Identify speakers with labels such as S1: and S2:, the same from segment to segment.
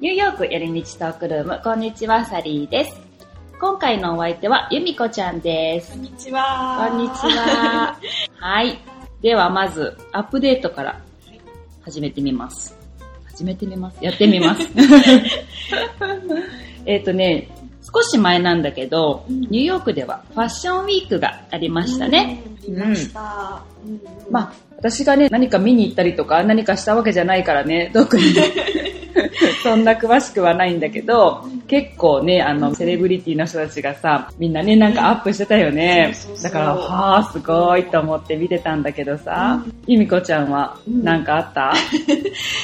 S1: ヨークやりみちトークルーム、こんにちは、サリーです。今回のお相手は、ゆみこちゃんです。
S2: こんにちは。
S1: こんにち。は。 はい。では、まず、アップデートから始めてみます。始めてみます。やってみます。 えっとね、少し前なんだけど、
S2: うん
S1: ニューヨークではファッションウィークがありましたね。。
S2: ありました。うん
S1: まあ、私がね、何か見に行ったりとか、何かしたわけじゃないからね、 特に。そんな詳しくはないんだけど、結構ね、あの、セレブリティの人たちがさ、みんなね、なんかアップしてたよね
S2: そうそう。そう
S1: だから、はあ、すごいと思って見てたんだけどさ、ゆみこちゃんは、
S2: うん
S1: なんかあった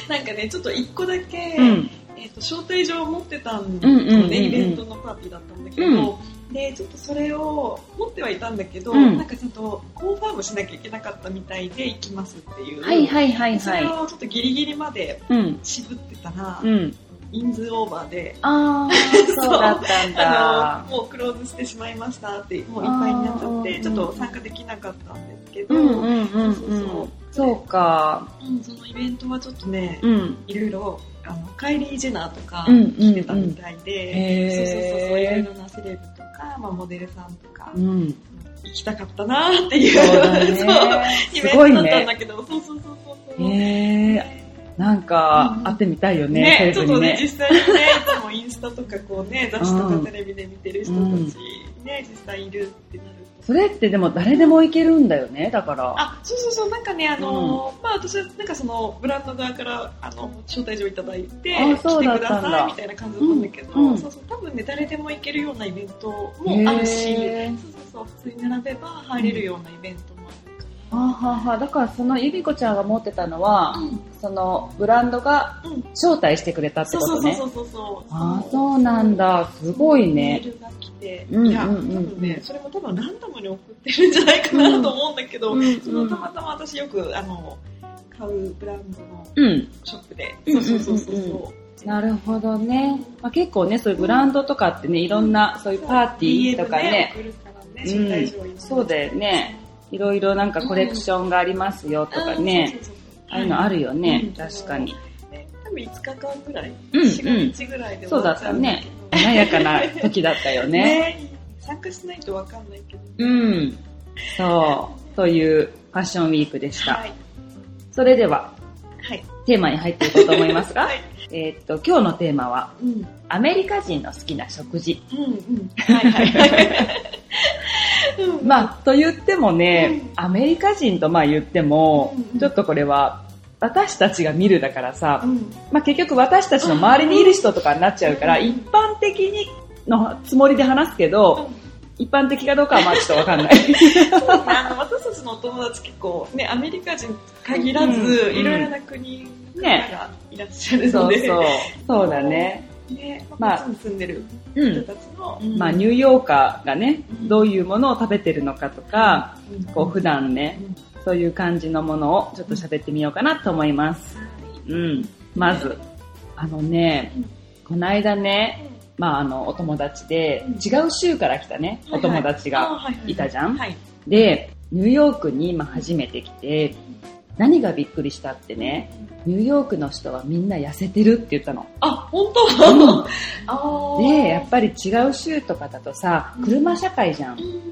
S2: なんかね、ちょっと一個だけ、
S1: うん。
S2: えっと、招待状を持ってたん
S1: うんうんうんうん
S2: ね、イベントのパーティーだったんだけど、で、ちょっとそれを持ってはいたんだけど、
S1: うん
S2: なんかちょっとコンファームしなきゃいけなかったみたいで行きますっていう。
S1: はいはいはい
S2: そ
S1: は
S2: れ
S1: い。
S2: をちょっとギリギリまで
S1: うん。
S2: 渋ってたら、
S1: うん。
S2: 人数オーバーで、
S1: あー、
S2: そう
S1: そうだったん
S2: あ
S1: だ。
S2: の、もうクローズしてしまいましたって、もういっぱいになっちゃっ
S1: あ
S2: て、
S1: ー
S2: ちょっと参加できなかったんですけど、
S1: うんうんうんうん。
S2: そ
S1: そうう
S2: そうそう
S1: か。
S2: うんそのイベントはちょっとね、
S1: うん。
S2: いろいろあのカイリー・ジェナーとか
S1: うんうんうん
S2: 来てたみたいで、
S1: へー
S2: そうそうそうそういろいろなセレブとか、まあ、モデルさんとか、
S1: うん。
S2: 行きたかったなーっていう
S1: そうだ
S2: そう
S1: ね。
S2: イ
S1: す
S2: ベン
S1: ごい
S2: トだったん
S1: ね。
S2: だけど、そうそうそうそうそう。
S1: へえなんか、
S2: うん
S1: 会ってみたいよね、
S2: ね、
S1: セ
S2: ちょ
S1: レ
S2: っ
S1: ブ
S2: と
S1: に
S2: ね、実
S1: ね。
S2: 際にね、いつもインスタとかこうね、雑誌と
S1: う
S2: か
S1: ん
S2: テレビで見てる人たち、ね、実際いるってなると。
S1: それってでも誰でも行けるんだよね、だから。
S2: あ、そうそうそう、なんかね、あのーまあ私はなんかそのブランド側からあの招待状いただいて、
S1: あそ
S2: 来
S1: う
S2: て
S1: だっ
S2: く
S1: た
S2: だ
S1: んだ
S2: さいみたいな感じだったんだけど、
S1: うんうん
S2: そうそう、多分ね、誰でも行けるようなイベントもあるし、
S1: へー
S2: そうそうそう、普通に並べば入れるようなイベントもある
S1: はあはあはあだからそのゆみこちゃんが持ってたのは、
S2: うん
S1: そのブランドが
S2: うん
S1: 招待してくれたって
S2: そう
S1: こ
S2: そ
S1: と
S2: うそう
S1: ね
S2: そ。うそうそう。
S1: ああ、そうなん。だ。すごい
S2: メ
S1: ね。
S2: ールが来て、
S1: うん
S2: いや、多
S1: うんうん
S2: 分ね、それも多分ランダムに送ってるんじゃないかなと思うんだけど、
S1: うんうん
S2: そのたまたま私よく、あの、買うブランドの
S1: うん。
S2: ショップで、
S1: うん
S2: そうそうそうそう。
S1: うんうんうんなるほどね。まあ、結構ね、そういうブランドとかってね、いろんな、そういうパーティーとかね、
S2: DM ね送るか
S1: うん
S2: らね招待状いろいろ
S1: そうだよね。いろいろなんかコレクションがありますよとかね。
S2: うんそうそうそう
S1: ああいうのあるよね。
S2: うん
S1: 確かに。
S2: ね多分5日間ぐらい、
S1: うん
S2: 4日ぐらいで終わちゃんけど
S1: 華やかな時だったよね。
S2: ね参加しないとわかんないけど、
S1: うん。そう。というファッションウィークでした。
S2: はい
S1: それでは、
S2: はい
S1: テーマに入っていこうと思いますが、
S2: はい
S1: えーっと、今日のテーマは、
S2: うんうん
S1: アメリカ人の好きな食事。
S2: うんはいはい はい、うん
S1: まあ、と言ってもね、
S2: う
S1: アメリカ人とまあ言っても
S2: うんう、ん
S1: ちょっとこれは、私たちが見るだからさ
S2: う、ん
S1: まあ結局私たちの周りにいる人とかになっちゃうから、
S2: うん
S1: 一般的にのつもりで話すけど、一般的かどうかはまあちょっとわかんない。
S2: そうねあの私たちのお友達結構ねアメリカ人限らず、
S1: うん
S2: いろいろな国の方
S1: ね
S2: がいらっしゃる
S1: そ
S2: の
S1: う
S2: で、
S1: そう。そうだね。
S2: ね
S1: ま
S2: ま
S1: あ
S2: あ、こっちに住んでる
S1: う
S2: 人
S1: ん。
S2: たちの、
S1: まあ、ニューヨーカーがね、どういうものを食べてるのかとか、
S2: うん
S1: こう普段ね、そういう感じのものをちょっと喋ってみようかなと思います。うん。まず、あのね
S2: うん、
S1: こないだね、まああの、お友達で
S2: うん、
S1: 違う州から来たね、お友達がいたじゃん。
S2: はい
S1: で、ニューヨークに今初めて来て、何がびっくりしたってね、ニューヨークの人はみんな痩せてるって言ったの。
S2: あ本当あー
S1: で、やっぱり違う州とかだとさ、車社会じゃん。
S2: うん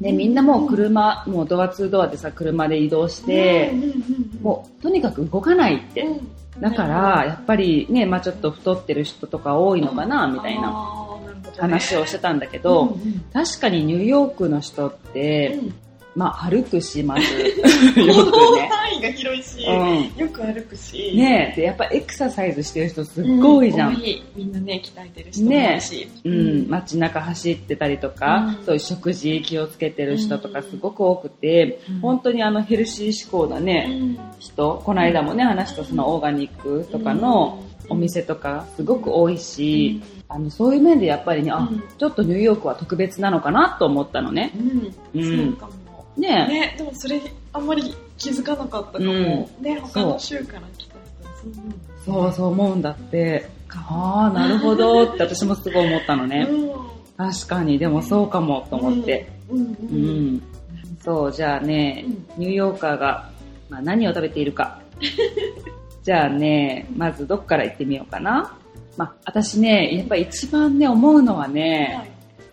S1: ね、みんなもう車、もうドアツードアでさ、車で移動して、
S2: うんうんうん
S1: もうとにかく動かないって。
S2: うん
S1: だから、やっぱりね、まあちょっと太ってる人とか多いのかな、みたいな
S2: あーなるほどね
S1: 話をしてたんだけど、
S2: うんうん
S1: 確かにニューヨークの人って、
S2: うん
S1: まあ歩くし、まず。
S2: 行
S1: よ
S2: 動
S1: くね。
S2: 範囲が広いし、
S1: う
S2: よく歩くし
S1: ん。ねえ、で、やっぱエクササイズしてる人すっごい多いじゃ。
S2: うん多いみんなね鍛えてる人もいるし、
S1: うん、街中走ってたりとか、
S2: うん
S1: そういう食事気をつけてる人とか
S2: うん
S1: すごく多くて、
S2: うん
S1: 本当にあのヘルシー志向だね、
S2: うん
S1: 人、この間もね、話したそのオーガニックとかのお店とかすごく多いし、あの、そういう面でやっぱりね、あ
S2: うん、
S1: ちょっとニューヨークは特別なのかなと思ったのね。
S2: うん、
S1: うん
S2: そうかも
S1: ね
S2: ね、でもそれあんまり気づかなかったか
S1: う
S2: も、
S1: ん
S2: ね他の州から来た人はそう思
S1: そうそう思うんだって、ああ、なるほどって私もすごい思ったのね。
S2: う
S1: 確かに、でもそうかもと思って。
S2: うんうん
S1: う
S2: うん
S1: ん。そう、じゃあね、ニューヨーカーが、まあ、 何を食べているか。じゃあね、まずどっから行ってみようかな。まあ、私ね、やっぱり一番ね、思うのはね、
S2: はい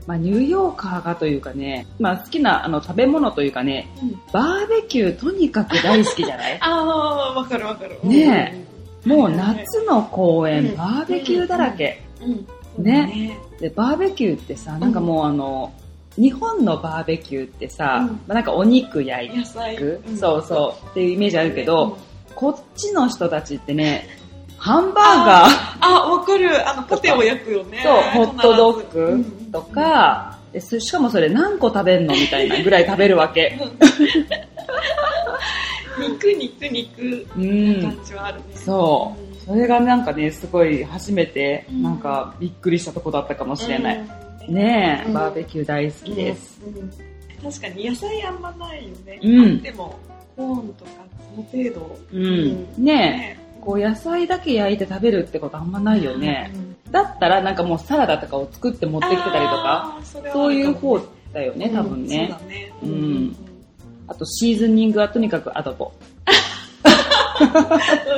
S1: まあ、ニューヨーカーがというかね、まあ、好きなあの食べ物というかね、
S2: うん
S1: バーベキューとにかく大好きじゃない
S2: あー、わかるわかる。
S1: ねもう
S2: はいはい
S1: 夏の公
S2: う
S1: 園、
S2: ん
S1: バーベキューだらけ。
S2: え。うん。そうだ
S1: ね。で、バーベキューってさ、なんかもうあの、日本のバーベキューってさ、
S2: うん
S1: まあ、なんかお肉焼い
S2: 野菜。
S1: て、
S2: うん
S1: そうそうっていうイメージあるけど、、こっちの人たちってね、ハンバーガー、
S2: あ、わかる。あの、ポテを焼くよね。
S1: そう、ホットドッ
S2: 必
S1: グ
S2: ず
S1: と、か、ですしかもそれ何個食べんのみたいなぐらい食べるわけ。
S2: うんうん肉肉肉
S1: う。
S2: なん感じはあるね。
S1: そ
S2: うん
S1: それがなんかね、すごい初めて、
S2: うん
S1: なんかびっくりしたとこだったかもしれない。。
S2: うん
S1: ねえ、
S2: うん
S1: バーベキュー大好きです。。
S2: うん確かに野菜あんまないよね。
S1: うん
S2: あっても、コーンとか、その程度。
S1: うん。
S2: うん
S1: ね
S2: ね
S1: え、こう野菜だけ焼いて食べるってことあんまないよね。
S2: うん
S1: だったらなんかもうサラダとかを作って持ってきてたりとか、
S2: あー、それは
S1: そうい
S2: あ
S1: う
S2: るかも
S1: 方だよね、多分ね。
S2: うんそうだね。
S1: うんあとシーズニングはとにかくアドボ。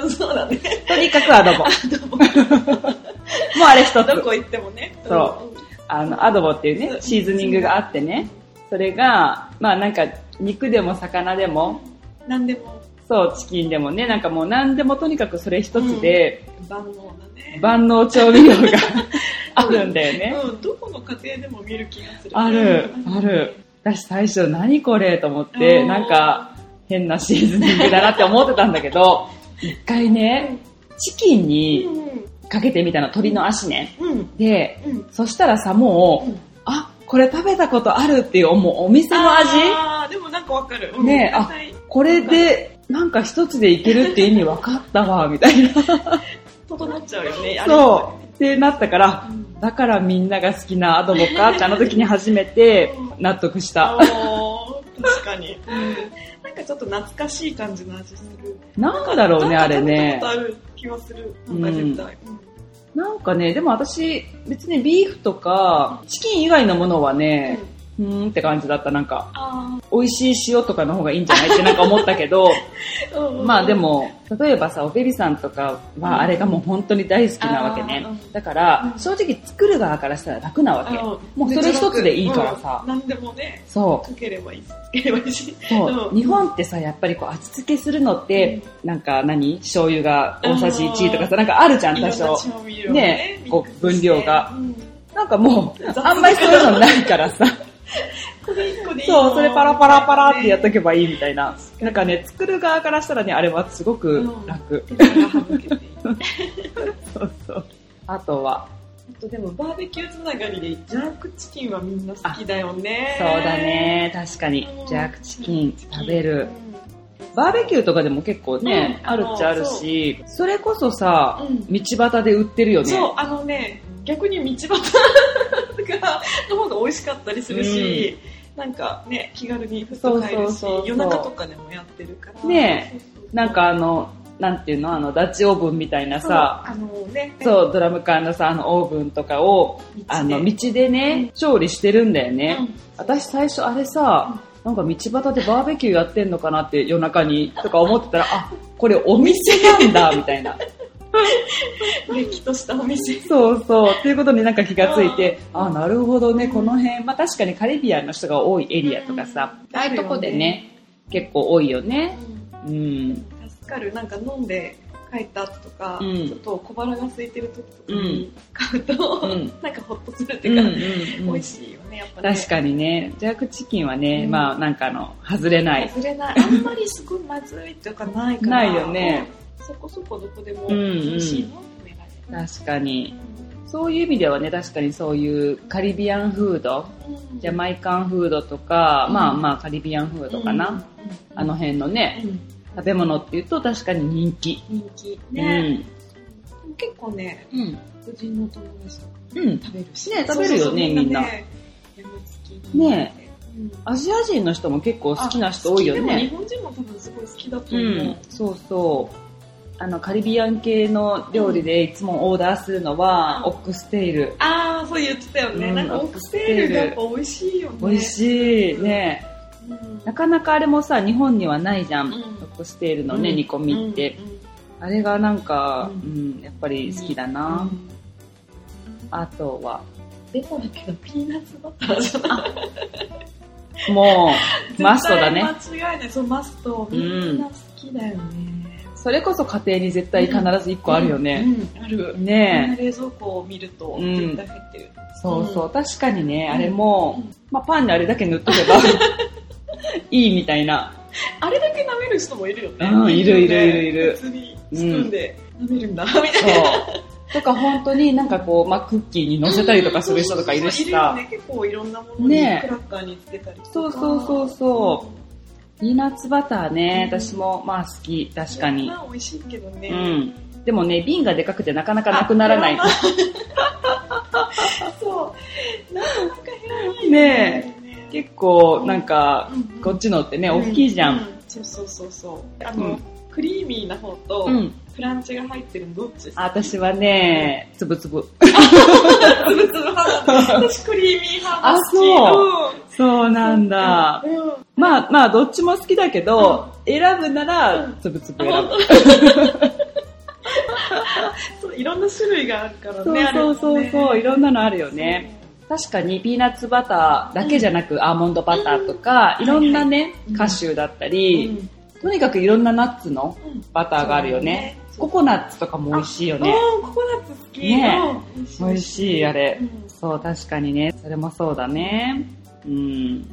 S2: うん、 そうだね。
S1: とにかくアドボ。も
S2: どこ
S1: うあれ一つ。
S2: どこ行ってもね。
S1: そう
S2: うん。
S1: あの、アドボっていうね、シーズニングがあってね、それが、まあなんか、肉でも魚でも、
S2: 何でも
S1: そう、チキンでもね、なんかもう何でもとにかくそれ一つで、
S2: 万能だね。
S1: 万能調味料が あるんだよね。
S2: うん、どこの家庭でも見る気がする。
S1: ある
S2: う、ん
S1: ある。。私最初何これと思って、
S2: うん
S1: なんか変なシーズニングだなって思ってたんだけ ど、一回ね、チキン
S2: う
S1: に
S2: ん。
S1: かけてみたの、鳥の足ね。
S2: うん。
S1: で、
S2: うん。
S1: そしたらさ、もう、あ、これ食べたことあるっていう、もうお店の味
S2: あーでもなんかわかる。うん
S1: ねえあ
S2: 野菜
S1: これで、なんか一つでいけるって意味分かったわ、みた いな。
S2: 整っちゃうよね。
S1: そう。ってなったから
S2: あ、れ。うん
S1: だからみんなが好きなアドボかってあの時に初めて納得した。
S2: あー確かに。うんなんかちょっと懐かしい感じの味する。
S1: なんだろうね、あれね
S2: 食べ。たことある気はする。なんか絶対。うん
S1: なんかね、でも私、別にビーフとか、チキン以外のものはね、うーんって感じだった。なんか、
S2: あ
S1: 美味しい塩とかの方がいいんじゃないってなんか思ったけど、
S2: ーうんうん
S1: まあでも、例えばさ、おべりさんとかはあれがもう本当に大好きなわけね
S2: あーう。ん
S1: だから
S2: う、ん
S1: 正直作る側からしたら楽なわけ。もうそれ一つでいいからさ
S2: うん何でもね、
S1: そ
S2: かければいいし。かければいいし。
S1: う。そうう。
S2: ん
S1: 日本ってさ、やっぱりこう味付けするのって、なんか何醤油が大さじ1とかさ、なんかあるじゃん、
S2: い
S1: 多
S2: ろんな
S1: 少。
S2: 調味料を
S1: ね
S2: ミックスして
S1: こう分量が
S2: うん
S1: なんかもう、
S2: 雑
S1: あんまりそういうのないからさ。
S2: これ一個でいいよ
S1: そう、それパラパラパラってやっとけばいいみたいな。なんかね、作る側からしたらね、あれはすごく楽。
S2: 手間が省けていい
S1: そうそう。あとは、
S2: あとでもバーベキューつながりでジャンクチキンはみんな好きだよね
S1: そうだね、確かに。ジャークチキン食べる。バーベキューとかでも結構ね、
S2: うん
S1: あるっちゃあるし、それこそさ、
S2: うん
S1: 道端で売ってるよ
S2: うん
S1: ね。
S2: そうあのね逆に道端がの方が美味しかったりするし、なんかね気軽にふっと買える
S1: そうそう
S2: し
S1: そうそう
S2: 夜中とかでもやってるから
S1: ねえ
S2: そうそうそう
S1: なんかあの、なんていうのあの、ダッチオーブンみたいなさ、
S2: そうあのね
S1: そう、ドラム缶のさ、あの、オーブンとかを、
S2: 道で
S1: あの、道でね、調理してるんだよね。私最初あれさ、なんか道端でバーベキューやってんのかなって夜中に、とか思ってたら、あ、これお店なんだ、みたいな。
S2: うんれっきとしたお店
S1: そうそう。ということになんか気がついて、あ、なるほどね、この辺、まあ確かにカリビアンの人が多いエリアとかさ、
S2: うん
S1: ああいうとこでね、結構多いよね。うん。
S2: 助かるなんか飲んで帰った後とか、
S1: うん
S2: ちょっと小腹が空いてる時とか
S1: う
S2: に買うと、
S1: うん
S2: なんかホッとするって
S1: うん
S2: いう
S1: う
S2: か、
S1: んう
S2: 美
S1: ん
S2: 味しいよねやっぱね
S1: 確かにね、ジャークチキンはね、
S2: うん
S1: まあなんかあの、外れない。
S2: 外れないあんまりすごいまずいとかないから
S1: ないよね
S2: そこそこどこでも
S1: うんうん
S2: 美味しいのってね
S1: 確かに。そういう意味ではね、確かにそういうカリビアンフード、
S2: うん
S1: ジャマイカンフードとか、
S2: うん
S1: まあまあカリビアンフードかな。
S2: うん
S1: あの辺のね、
S2: うん
S1: 食べ物っていうと確かに人気。
S2: 人気ね、でも結構ね
S1: うん。うん。
S2: 黒人の友達とか
S1: うん。
S2: 食べるし
S1: ね食べるよね
S2: そうそうそうみんなね病みつきになってうん
S1: アジア人の人も結構好きな人多いよ
S2: でも日
S1: ね。
S2: 本人も多分すごい好きだと
S1: う
S2: 思う。
S1: ん。そうそう。あの、カリビアン系の料理でいつもオーダーするのは、
S2: うん
S1: オックステイル。
S2: ああ、そう言ってたよね。
S1: うん
S2: なんかオックステールがやっぱ美味しいよね。
S1: 美味
S2: い。
S1: しい。ね
S2: うん、
S1: なかなかあれもさ、日本にはないじゃん。
S2: うん
S1: オックステイルのね、煮込みって。
S2: うん
S1: あれがなんか、う、
S2: うん
S1: やっぱり好きだな。あとは、
S2: でもだけどピーナッツバターじゃない
S1: も う、マストだね。
S2: 絶対間違いないそうマストみんな好きだよね、
S1: それこそ家庭に絶対必ず1個あるよね。
S2: うんあるみんな
S1: ねえ。
S2: 冷蔵庫を見ると
S1: うん
S2: 絶対入ってる、
S1: そうそう。確かにね、
S2: うん
S1: あれも、まあ、パンにあれだけ塗っと けば、いいみたいな。
S2: あれだけ舐める人もいるよね、
S1: うんいるいるいるいる
S2: 普通にスプーンで舐めるんだ、みたい
S1: そう。とか本当になんかこう、まあ、クッキーに乗せたりとか
S2: な
S1: する人とかいるし
S2: そう
S1: さ
S2: そう。そういるよね結構いろんなものに
S1: ねえ
S2: クラッカーにつけたりとか
S1: そうそうそうそうピーナッツバターね、私もまあ好き、確かに。
S2: まあ美味しいけどね、
S1: うんでもね、瓶がでかくてなかなかなくならない。
S2: そうなんかなか減らないよ
S1: ね結構なんか、
S2: うんうん
S1: こっちのってね、大きいじゃ。
S2: うんうそうそうそうそうあ
S1: う
S2: の、
S1: ん
S2: クリーミーな方と、
S1: うん。
S2: クランチが入ってるのどっち
S1: あ私はね、つぶつぶ。
S2: つぶつぶ派なの私クリーミー派が
S1: あ
S2: 好き
S1: そうそうなんだ。
S2: うん、うん
S1: まあまあ、どっちも好きだけど、選ぶな
S2: う
S1: ら
S2: ん、
S1: つぶつぶ選ぶ。
S2: そういろんな種類があるから
S1: そう
S2: ね
S1: そうそうそう、いろんなのあるよ
S2: あれも
S1: ね。確かに、ピーナッツバターだけじゃなく、アーモンドバターとか、
S2: うん
S1: いろんなね
S2: うん、
S1: カシューだった
S2: うん
S1: り、とにかくいろんなナッツの
S2: うん
S1: バターがあるよね。
S2: そう
S1: ココナッツとかも美味しいよね。
S2: うんココナッツ好き
S1: ね
S2: うん
S1: 美味しい、あれ
S2: う。ん
S1: そう、確かにね。それもそうだね。うん。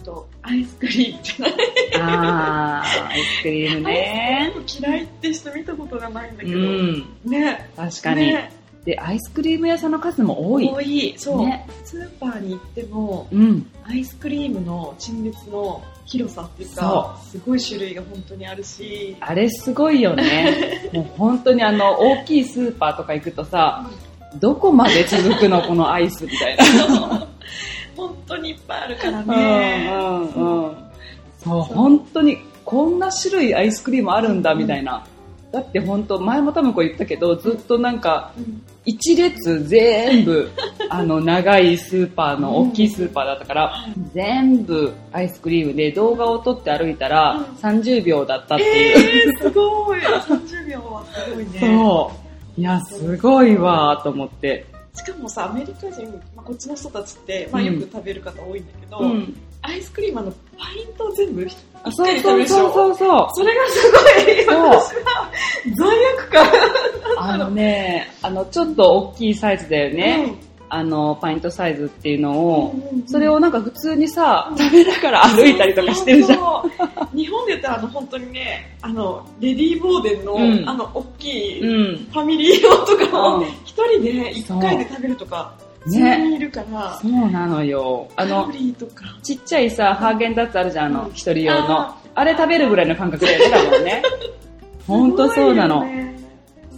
S2: あとアイスクリームじゃない
S1: あー、アイスクリームね。
S2: 嫌いって人見たことがないんだ
S1: う
S2: けど、
S1: ん。
S2: ね
S1: 確かに。
S2: ね
S1: で、アイスクリーム屋さんの数も多い。
S2: 多いそう、
S1: ね。
S2: スーパーに行っても
S1: うん。
S2: アイスクリームの陳列の広さっていうかすごい種類が本当にあるし
S1: あれすごいよ ね。もう本当にあの、大きいスーパーとか行くとさ、どこまで続くのこのアイスみたいな。
S2: 本当にいっぱいあるから
S1: う
S2: ね
S1: んうんうん。そう、本当にこんな種類アイスクリームあるんだみたいな。だって本当、前も多分こう言ったけど、ずっとなんか、
S2: うん
S1: 一列全 部、あの、長いスーパーの、大きいスーパーだったから、全部アイスクリームで動画を撮って歩いた
S2: うん
S1: ら、30秒だったっていう。
S2: えー、すごい !30 秒はすごいね。
S1: そう。いや、すごいわーと思って。
S2: しかもさ、アメリカ人、まあ、こっちの人たちって、まあ、
S1: うん
S2: よく食べる方多いんだけど、
S1: うん。
S2: アイスクリームあのパイントを全部一
S1: あ
S2: 回
S1: そう
S2: に食べ
S1: そう
S2: るでしょ
S1: そうそうそう。
S2: それがすごい、私
S1: そう
S2: は罪悪感。
S1: あのね、あの、ちょっと大きいサイズだよね。あの、パイントサイズっていうの
S2: うん、
S1: を、それ
S2: を
S1: をなんか普通にさ
S2: うん、
S1: 食べながら歩いたりとかしてるじゃん。
S2: ん。日本で言ったらあの本当にね、あの、レディー・ボーデンの、
S1: うん
S2: あの、大きい、
S1: うん。
S2: ファミリー用とか
S1: う
S2: を
S1: ん
S2: 一人で一回で食べるとか、普通
S1: ね。
S2: にいるから、
S1: そうなのよ。あ
S2: カロ
S1: の、
S2: リーとか。
S1: ちっちゃいさ、ハーゲンダッツあるじゃん、あ
S2: う
S1: の、
S2: ん
S1: 一人用の
S2: あ。
S1: あれ食べるぐらいの感覚でだもん ね。ほんとそうなの
S2: すごい。よね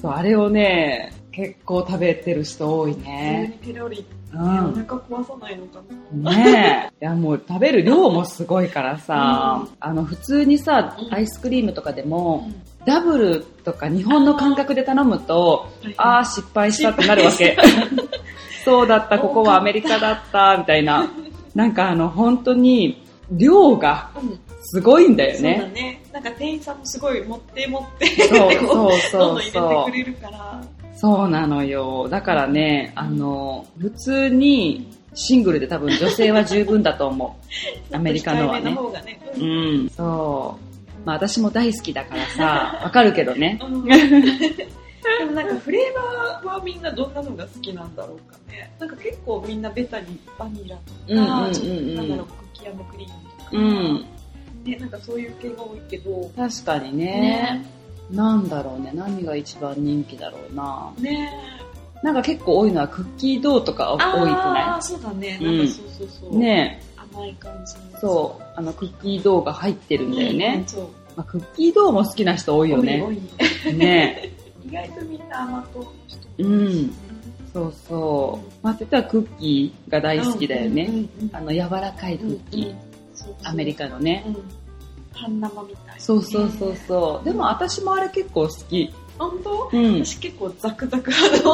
S1: そう、あれをね、結構食べてる人多いね。
S2: 普通にケロリーって
S1: う
S2: お腹
S1: ん。
S2: 壊さないのかな。
S1: ね え。いや、もう食べる量もすごいからさ、あの、普通にさ
S2: う、ん
S1: アイスクリームとかでも、
S2: うん
S1: ダブルとか日本の感覚で頼むと、ああ、失敗したってなるわけ。そうだった、ここはアメリカだった、みたいな。なんかあの、本当に、量が
S2: うん
S1: すごいんだよ
S2: そうだ
S1: ね。
S2: ね。なんか店員さんもすごい持って持って、
S1: そう
S2: こ
S1: そう
S2: どんどん
S1: そう
S2: 入
S1: そ
S2: れ
S1: う。
S2: てくれるから。
S1: そうなのよ。だからね、あの、普通にシングルで多分女性は十分だと思う。アメリカのは
S2: 控え
S1: ね
S2: めな。方がね。うん
S1: うん、そう。まあ私も大好きだから さ、わかるけどね。
S2: うんでもなんかフレーバーはみんなどんなのが好きなんだろうかね。なんか結構みんなベタにバニラとか、
S1: うんうんうんうん
S2: ちょっとなんだろう、クッキークリームとか、
S1: うん。
S2: ね、なんかそういう系が多いけど、
S1: 確かにね。なんだろうね。何が一番人気だろうな。
S2: ね
S1: なんか結構多いのはクッキードーとか多く
S2: あ
S1: な
S2: あ、そうだね。
S1: うん
S2: なんかそうそうそう。
S1: いね
S2: 甘い感じ
S1: え
S2: の。
S1: そう。あの、クッキードーが入ってるんだよ
S2: う
S1: ね
S2: ん。そう。
S1: まあ、クッキードーも好きな人多いよね
S2: 多。い多い
S1: ね
S2: 意外とみんな甘党の人
S1: え。うん。そうそう。まあ、てたらクッキーが大好きだよ
S2: うんう
S1: ね。
S2: んうん
S1: あの、柔らかいクッキ
S2: う
S1: ー
S2: ん。そうそう
S1: アメリカのね。
S2: うん半生みたい
S1: そうそうそうそう。でも私もあれ結構好き。
S2: 本当
S1: うん。
S2: 私結構ザクザク派の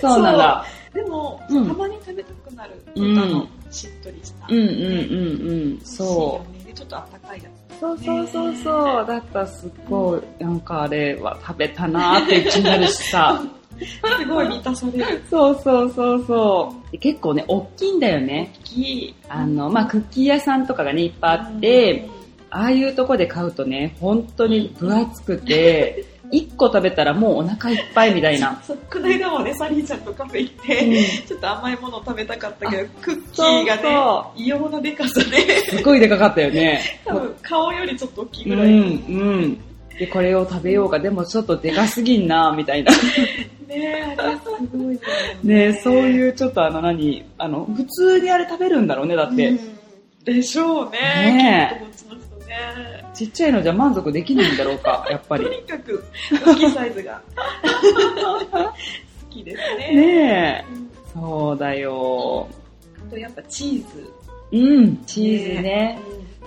S1: そうなんだ。
S2: でも、
S1: うん
S2: たまに食べたくなる、
S1: うん
S2: あのしっとりした、
S1: うんうんうんうん。そ
S2: 美味しいよねでちょっとあったかいや
S1: う。そうそうそうそう。だったらすっごい、なんかあれは食べたなーって気になるしさ。
S2: すごい満たされる。
S1: そうそうそうそう。で結構ね、大きいんだよね。
S2: いい。
S1: あの、まあ、クッキー屋さんとかがね、いっぱいあって、ああいうとこで買うとね、本当に分厚くて、1個食べたらもうお腹いっぱいみた いな。
S2: そう、この間もね、サリーちゃんとカフェ行って、ちょっと甘いもの食べたかったけど、クッキーがね、
S1: そ
S2: 異様なでかさで、
S1: すごいでかかったよね。
S2: 多分顔よりちょっと大きいぐ
S1: う
S2: らい。
S1: ん、うん。で、これを食べようか、でもちょっとでかすぎんな、みたいな。
S2: ねえ、あれすごい
S1: ねそう
S2: う
S1: いうちょっとあの何、あの、普通にあれ食べるんだろうね、だって。
S2: んでしょうね。
S1: ね
S2: きっとこっちの人ね。
S1: ちっちゃいのじゃ満足できないんだろう か、やっぱ
S2: と
S1: り。
S2: にかく、大きいサイズ が。好きですね。
S1: ねえ。
S2: うん
S1: そうだよ。
S2: あとやっぱチーズ。
S1: うん、チーズね。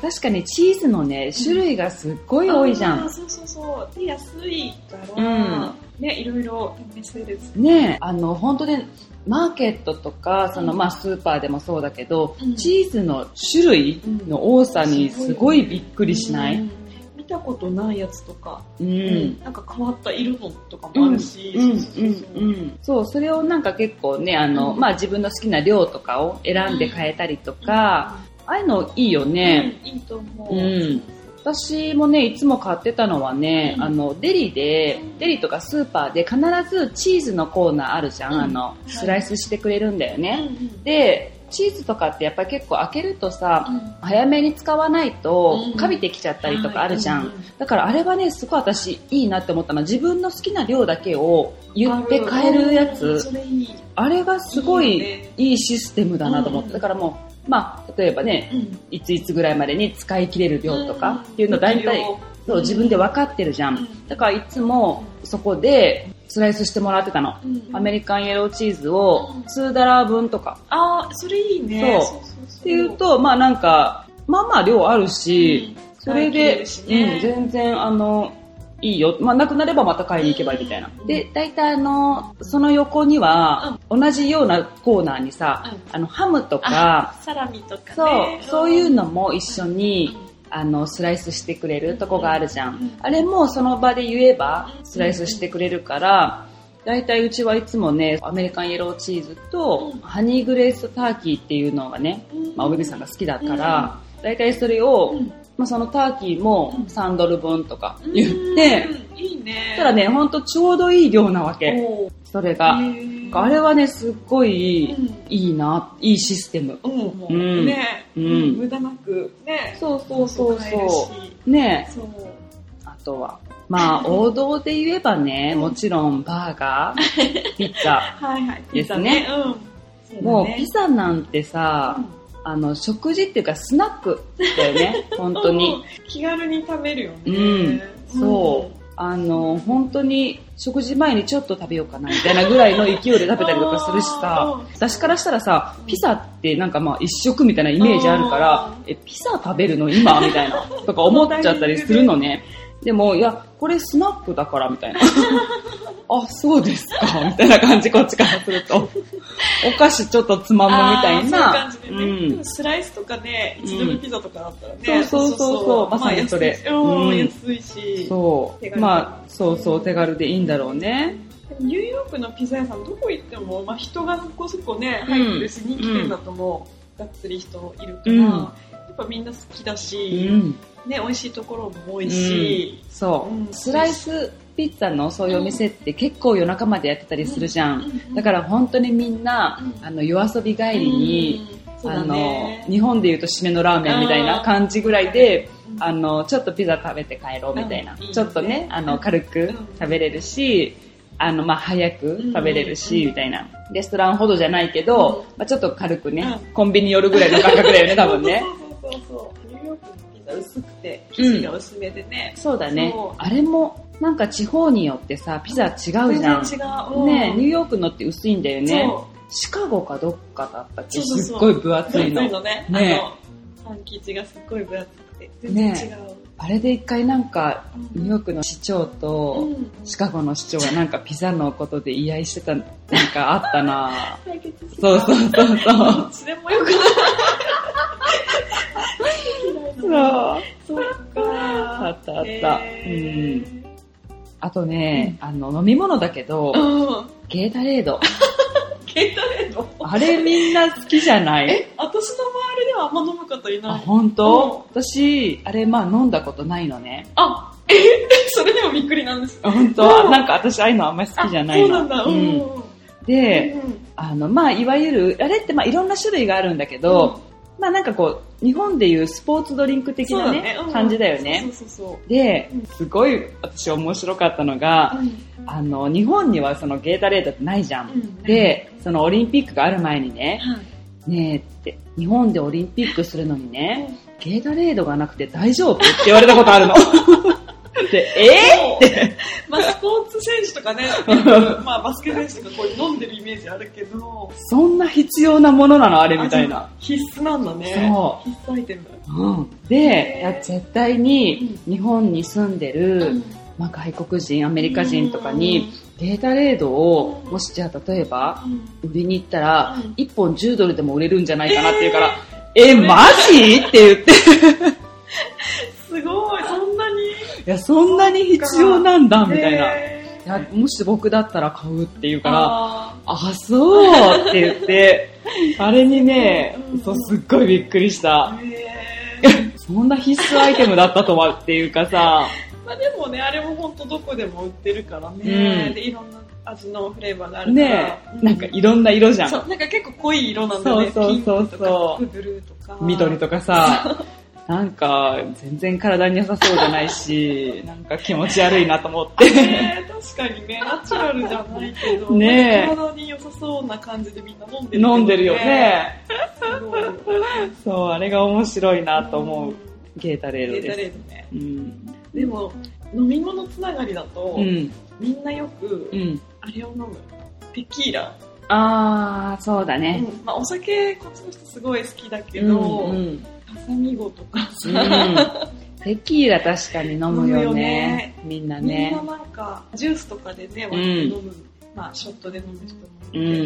S1: 確かにチーズのね、種類がすっごい多いじゃ
S2: あー
S1: ん。
S2: そうそうそう。で、安いから、
S1: うん
S2: ね、いろいろ試せる。
S1: ねえ、あの、本当にマーケットとか、その、
S2: うん
S1: まあ、スーパーでもそうだけど、
S2: うん
S1: チーズの種類の多さにすごいびっくりしな
S2: う
S1: い
S2: ん見たことないやつとか、
S1: うん。
S2: なんか変わった色のとかもあるし、
S1: うん
S2: そうそうそう
S1: うんうん、そうそれをなんか結構ねあの、
S2: うん
S1: まあ、自分の好きな量とかを選んで変えたりとか、ああいうのいいよ
S2: うん
S1: ね、
S2: うんいいと思う。
S1: うん私もねいつも買ってたのはね、
S2: うん
S1: あのデリでデリとかスーパーで必ずチーズのコーナーあるじゃん、
S2: うん
S1: あの
S2: い
S1: スライスしてくれるんだよ
S2: うんう
S1: ね、
S2: ん
S1: でチーズとかってやっぱり結構開けるとさ、
S2: うん
S1: 早めに使わないと
S2: うん
S1: かびてきちゃったりとかあるじゃん、
S2: はい
S1: だからあれはね、すごい私いいなって思ったのは自分の好きな量だけを言って買えるや
S2: うん
S1: つ、
S2: それいい。
S1: あれがすごい
S2: いよね
S1: いいシステムだなと思っ
S2: う
S1: て、
S2: ん
S1: だからもう、まあ、例えばね、
S2: うん
S1: いついつぐらいまでに使い切れる量とかっていうの大体、そう自分で分かってるじゃ。
S2: うんん
S1: だからいつもそこでスライスしてもらってたの。
S2: うん
S1: アメリカンイエローチーズを
S2: うん
S1: 2ダラー分とか
S2: ああ、それいいね。
S1: そう
S2: うそうそう
S1: っていう、と、まあなんか、まあまあ量あるし、それで、うん、
S2: 全
S1: 全然あの、いいよ。まあ、なくなればまた買いに行けばいいみたいな。
S2: うん
S1: で、大体あの、その横には、同じようなコーナーにさ、あの、ハムとか、
S2: サラミとか
S1: そう
S2: ね。、
S1: そういう
S2: の
S1: のも一緒に、あの、スライスしてくれるとこがあるじゃ
S2: うん
S1: ん。あれもその場で言えば、
S2: うん
S1: スライスしてくれるから、大体うちはいつもね、アメリカンイエローチーズと
S2: うん、
S1: ハニーグレースターキーっていうのがね、まあ、おべべさん
S2: ん
S1: が好きだから、大体それを、
S2: うん
S1: まあ、そのターキーも
S2: うん
S1: 3ドル分とか言って、
S2: うん、いいね
S1: そ。したらね、ほんとちょうどいい量なわけ。
S2: おー、
S1: それが。
S2: へー
S1: あれはね、すっごい
S2: うん
S1: いいな、いいシステム。
S2: うん、もう
S1: うん
S2: ね、
S1: うん
S2: 無駄なく、ね、
S1: そうそうそう
S2: 買えるし
S1: そ。う。ね
S2: そう。
S1: あとは。まあ、王道で言えばね、もちろんバーガー、 ピッツァ。
S2: はいはい。
S1: ですね
S2: ピザうん。
S1: もう
S2: そだね
S1: ピザなんて
S2: う
S1: さ、
S2: ん
S1: あの、食事っていうかスナックだよ ね、本当
S2: う
S1: に
S2: ん。。気軽に食べるよね。
S1: うんそう。あの、本当に食事前にちょっと食べようかなみたいなぐらいの勢いで食べたりとかするしさ
S2: あ、ー
S1: 私からしたらさ
S2: う、ん
S1: ピザってなんかまあ一食みたいなイメージあるから
S2: あ、
S1: え、ピザ食べるの今みたいな、とか思っちゃったりするのね。でも、いや、これスナックだからみたい な。あ、そうですか、みたいな感じ、こっちからすると。お菓子ちょっとつまむみたいな。
S2: あーそういう感じでね
S1: うん
S2: でもスライスとかね、一度のピザとかだったら
S1: うん
S2: ね。
S1: そうそうそうそうまさにそれ
S2: まあ
S1: う
S2: 安いしうん
S1: ん
S2: 安いし。
S1: そ
S2: 手
S1: う。
S2: 軽だ
S1: まあ、そうそう、手軽でいいんだろうね。
S2: でもニューヨークのピザ屋さん、どこ行っても、まあ、人がそこそこね、入ってるし、人気店だともう、がっつり人いるから、
S1: うん
S2: やっぱみんな好きだ
S1: う
S2: し、
S1: ん。
S2: ね、美味しいところも多いし、
S1: そう、
S2: うん、
S1: スライスピッツァのそういうお店って結構夜中までやってたりするじゃん、だからら本当にみんな、
S2: うん
S1: あの夜遊び帰りに、
S2: うんそう
S1: あ
S2: だ
S1: の
S2: ね
S1: 日本でいうと締めのラーメンみたいな感じぐらいで
S2: うん
S1: あのちょっとピザ食べて帰ろうみたいな、
S2: うんいいよね
S1: ちょっとねあの軽く食べれるし、あのまあ早く食べれるし、
S2: うん
S1: みたいなレストランほどじゃないけど、
S2: う
S1: まあ、ちょっと軽くね、
S2: う
S1: コンビニ寄るぐらいの感覚 だよね多分ね
S2: そうそうそうそう。ニューヨークのピザ薄くて、生地が薄めでね。
S1: そうだね
S2: そう
S1: あれもなんか地方によってさピザ違うじゃん、
S2: 全然違う。うん
S1: ねニューヨークのって薄いんだよね。
S2: そ
S1: シカゴかどっかだったっけ
S2: そうそうそう
S1: すっごい分
S2: う。
S1: 厚
S2: そう
S1: い
S2: いう
S1: の。
S2: のね。
S1: ね
S2: あの、パン生地がすっごい分厚くて、全然違う。
S1: あれで一回なんか、ニューヨークの市長
S2: う
S1: と、
S2: ん。
S1: シカゴの市長がなんかピザのことで言い合いしてた、なんかあったな
S2: 対決してた
S1: そうそうそう
S2: ど
S1: そう。
S2: っちでもよくない。嫌いなの
S1: そう。
S2: そうか。
S1: あったあった
S2: へー
S1: あとね、あの、飲み物だけど、
S2: うん。
S1: ゲータレード。
S2: ゲータレード。
S1: あれみんな好きじゃない
S2: え、私の周りではあんま飲む方い
S1: あ、
S2: ない。
S1: 本当、私、あれまあ飲んだことないのね。
S2: あ、えそれでもびっくりなんです。
S1: あ本
S2: う
S1: 当
S2: ん
S1: なんか私ああいうのあんまり好きじゃないの。
S2: あそうなんだ。うんうんうん。
S1: で、
S2: うん
S1: あの、まあいわゆる、あれってまあいろんな種類があるんだけど、まあなんかこう、日本でいうスポーツドリンク的
S2: そう
S1: な
S2: だ
S1: ね、
S2: ね。うん
S1: 感じだよね。。
S2: そうそうそう
S1: で
S2: うん、
S1: すごい私面白かったのが
S2: そう。、うん
S1: あの、日本にはそのゲータレードってないじゃん。
S2: うん
S1: で、そのオリンピックがある前にね、
S2: はい
S1: ねえって、日本でオリンピックするのにね、ゲータレードがなくて大丈夫って言われたこと あるの。で、え
S2: まあ、スポーツ選手とかね、よくまあ、バスケ選手とかこう飲んでるイメージあるけど、
S1: そんな必要なものなのあれみたいな。
S2: 必須なんだね。
S1: そ
S2: 必須アイテム。
S1: う。うん、で、いや絶対に日本に住んでる、
S2: うん
S1: まあ、外国人、アメリカ人とかに、、ゲータレードを、もしじゃあ例えば、
S2: うん
S1: 売りに行ったら
S2: うん、
S1: 1本10ドルでも売れるんじゃないかなって言うから、え、マジって言って、
S2: すごい、そんなに
S1: いや、そんなに必要なんだ、みたいな。
S2: へ
S1: いや、もし僕だったら買うって言う
S2: ー
S1: から、あ
S2: あ
S1: そうって言 って、あれにね
S2: うん、
S1: そう、すっごいびっくりした。
S2: ーへー
S1: そんな必須アイテムだったとはっていうかさ、
S2: まあでもね、あれも本当どこでも売ってるからね、
S1: うん
S2: でいろんな味のフレーバーがあるから、
S1: ね
S2: う
S1: なんかいろんな色じゃ
S2: そ
S1: ん。
S2: うなんか結構濃い色なんだよね。
S1: そうそうそうそう
S2: ピンクとかブルーとか。
S1: 緑とかさ、なんか全然体に良さそうじゃない し、なんか気持ち悪いなと思って。
S2: ねえ確かにね、ナチュラルじゃないけど、
S1: ねえ
S2: なんか体に良さそうな感じでみんな飲んでる、
S1: 飲んでるよ。ね。
S2: すごい。
S1: そう、あれが面白いなと思う。ゲータレード
S2: データレ
S1: で
S2: ードね。
S1: す。うん。
S2: でも、飲み物つながりだと、
S1: うん。
S2: みんなよく
S1: う、ん。
S2: あれを飲む。テキーラ。
S1: あー、そうだね。
S2: まあ、お酒、こっちの人すごい好きだけど、
S1: うんう ん
S2: ハサミゴとかさ、
S1: うんテキーラ確かに飲むよね。
S2: 飲むよね
S1: みんな
S2: みん
S1: ね
S2: な。なんか、ジュースとかでね、割と飲む、まあ、ショットで飲む人もいる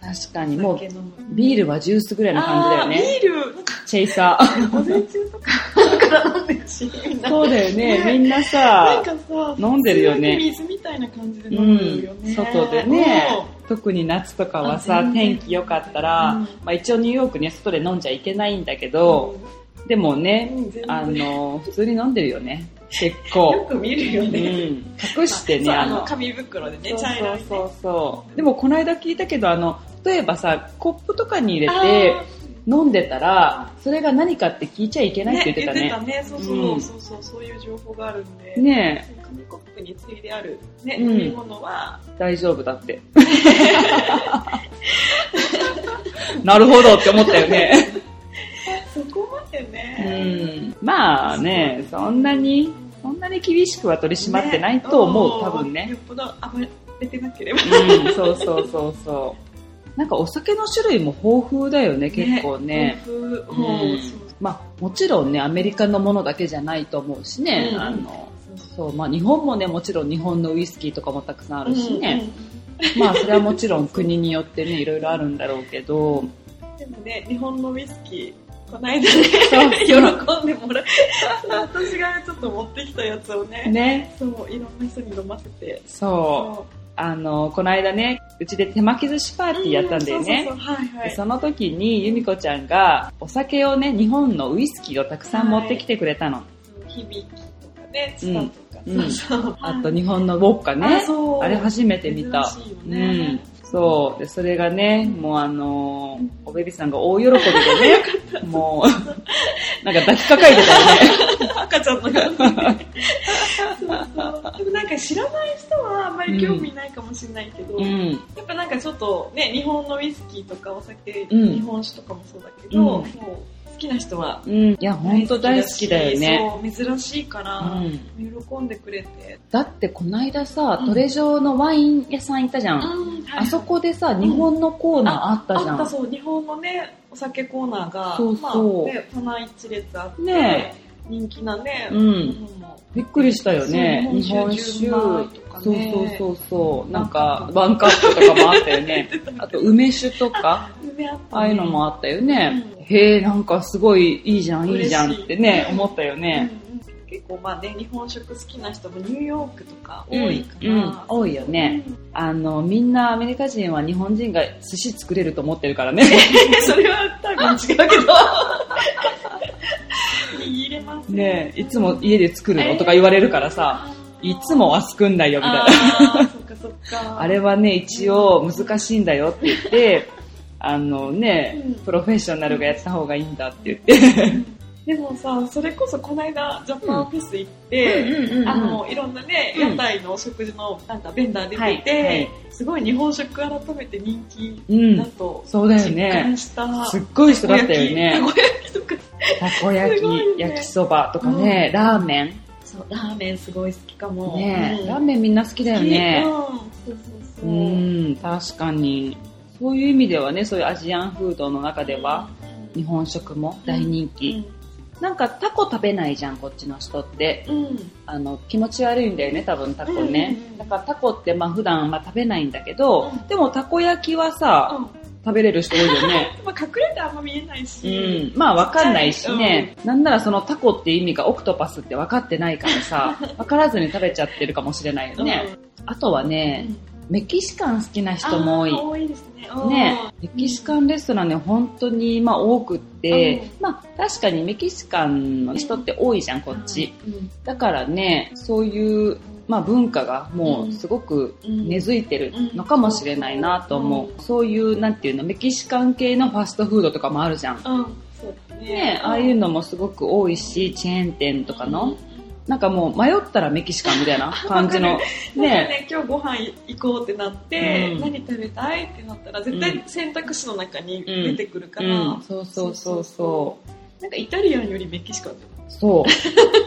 S2: けど、
S1: 確かにも
S2: お酒
S1: う、
S2: 飲む
S1: ビールはジュースぐらいの感じだよね。
S2: あービール、なんか
S1: チェイサ ー。
S2: 午前中とかから飲んでるし、みんな。
S1: そうだよね。
S2: ね
S1: みんな
S2: なん
S1: さ、
S2: かさ、
S1: 飲んでるよね
S2: 普通に水みたいな感じで
S1: う
S2: 飲むよね。
S1: ん、外でね
S2: そう。
S1: 特に夏とかは
S2: あ
S1: さ
S2: 全、然
S1: 天気良かったら、
S2: うん
S1: まあ一応ニューヨークね、外で飲んじゃいけないんだけど、でもね、
S2: うん全然
S1: あの、普通に飲んでるよね。結
S2: よ
S1: 構。
S2: く見るよ
S1: うん。
S2: ね。
S1: 隠してね、
S2: そう
S1: あ
S2: あ
S1: の
S2: の、、紙袋でね、
S1: そう
S2: 茶色いね。
S1: そうそうそうでもこの間聞いたけどあの例えばさコップとかに入れて
S2: あ
S1: 飲んでたらそれが何かって聞いちゃいけ
S2: ー
S1: ないっ
S2: ね
S1: て言ってたね
S2: 言ってたね。そう
S1: う
S2: そ
S1: ん
S2: う、そうそう、そういう情報があるんで。
S1: ね
S2: そう紙コップについである、ね、
S1: うん
S2: 飲み物は、
S1: 大丈夫だって なるほどって思ったよね
S2: そこまで
S1: う
S2: ね、
S1: んまあねそんなにそんなに厳しくは取り締まってないと思う、
S2: ね
S1: 多分ね
S2: よっぽど暴れてなければ。
S1: うんそうそうそうそうなんかお酒の種類も豊富だよね結構ね
S2: 豆腐
S1: うん
S2: うんそう
S1: まあ、もちろんね、アメリカのものだけじゃないと思うしね、
S2: うん
S1: あの、
S2: そうそう
S1: そう、まあ日本もね、もちろん日本のウイスキーとかもたくさんあるし
S2: うんう
S1: ね、
S2: ん
S1: まあそれはもちろん国によってね、いろいろあるんだろうけど、
S2: でもね、日本のウイスキー、こないだ
S1: そう
S2: ね、喜んでもらえた。私がちょっと持ってきたやつをね、
S1: ね、
S2: そう、いろんな人に飲ませて。
S1: そう、
S2: そ
S1: あの、この間ね、うちで手巻き寿司パーティーやったんだよね
S2: う。そうそうそうはいは
S1: で
S2: い。
S1: その時に由美子ちゃんがお酒をね、日本のウイスキーをたくさん持ってきてくれたの。
S2: 響きとかね、チタとか、
S1: うんうん
S2: そうそう。
S1: あと日本のウォッカね。
S2: そう
S1: あれ初めて見た。
S2: 珍しいよね
S1: うん。そう。で、それがね、もうあのーおべびさんが大喜びでね、もう、 なんか抱きかかえてたよね。
S2: 赤ちゃん の感じで。でもなんか知らない人はあんまり興味ないかもしれないけど、
S1: うん。
S2: やっぱなんかちょっとね、日本のウイスキーとかお酒、
S1: うん
S2: 日本酒とかもそうだけど、
S1: うん
S2: もう好きな人は
S1: うん。いや、ほんと大好きだよね。
S2: ね。そう、珍しいから、
S1: うん。
S2: 喜んでくれて。
S1: だってこないださ、
S2: うん
S1: トレジョーのワイン屋さん行ったじゃん。
S2: うん、
S1: あそこでさ、日本のコーナーあったじゃ
S2: あった
S1: ん。
S2: そう、日本のね、お酒コーナーが、
S1: そうそう
S2: まあね、棚一列あって、
S1: ね
S2: 人気なね、
S1: うん。
S2: ものも
S1: びっくりしたよね。
S2: そう
S1: 日本酒。
S2: 日本酒
S1: そう
S2: 純米とかね
S1: そうそうそう。なんか、ワンカップとかもあったよ ね。あと、梅酒とか。
S2: 梅あった
S1: あ
S2: ね
S1: あいうのもあったよね。
S2: うん
S1: へえ、なんかすごいいいじゃん、いいじゃんってね、
S2: 嬉しい
S1: 思ったよね。
S2: うんうん結構まあね、日本食好きな人もニューヨークとか多
S1: うん
S2: いか
S1: うん
S2: ら。
S1: 多いよね。あの、みんなアメリカ人は日本人が寿司作れると思ってるからね。
S2: うん それは多分違うけど。入れます
S1: ねえいつも家で作るのとか言われるからさ、いつもは作んないよみたいな。
S2: あーそっかそっか。
S1: あれはね、一応難しいんだよって言って、あのね
S2: うん、
S1: プロフェッショナルがやった方がいいんだって言って。
S2: でもさ、それこそこの間ジャパンフェス行って、あのいろんなね、
S1: うん
S2: 屋台のお食事のなんかベンダー出ていて、
S1: はいはい
S2: すごい日本食改めて人気
S1: うん
S2: だと
S1: そうだよ
S2: 実
S1: ね
S2: 感。した、
S1: すっごい人だったよ
S2: た
S1: ね。
S2: こ焼 きとか
S1: たこ焼
S2: すごいよ
S1: き、
S2: ね
S1: 焼きそばとかね、ラーメン。
S2: そうラーメンすごい好きかも、
S1: ね
S2: うん
S1: ラーメンみんな好きだよね。
S2: 好きうんそうそうそうう、
S1: ん、確かに。そういう意味ではね、そういうアジアンフードの中では、日本食も大人気。なんかタコ食べないじゃん、こっちの人って。
S2: うん、うん
S1: あの気持ち悪いんだよね多分タコね、
S2: うんうんうん
S1: だからタコってまあ普段まあ食べないんだけど、
S2: うん
S1: でもたこ焼きはさ、食べれる人多いよね
S2: まあ、隠れてあんま見えな いうし、
S1: んまあわかんないしね、なんならそのタコって意味がオクトパスって分かってないから さ分からずに食べちゃってるかもしれないよね、あとはねメキシカン好きな人も多い
S2: あー多いですねうん
S1: ね、メキシカンレストランね、本当に、まあ、多くって、まあ、確かにメキシカンの人って多いじゃん、こっち。
S2: うん
S1: だからね、そういう、まあ、文化がもうすごく
S2: うん
S1: 根付いてるのかもしれないなと思う、そういうなんていうのメキシカン系のファストフードとかもあるじゃん、
S2: うんそうだね
S1: ね、ああいうのもすごく多いしチェーン店とか
S2: うん
S1: のなんかもう迷ったらメキシカンみたい な感じの
S2: なんか
S1: ね
S2: ね、今日ご飯行こうってなって、
S1: うん
S2: 何食べたいってなったら絶対選択肢の中に
S1: うん
S2: 出てくるから、
S1: うん、そうそうそうそ
S2: なんかイタリアンよりメキシカン
S1: うそう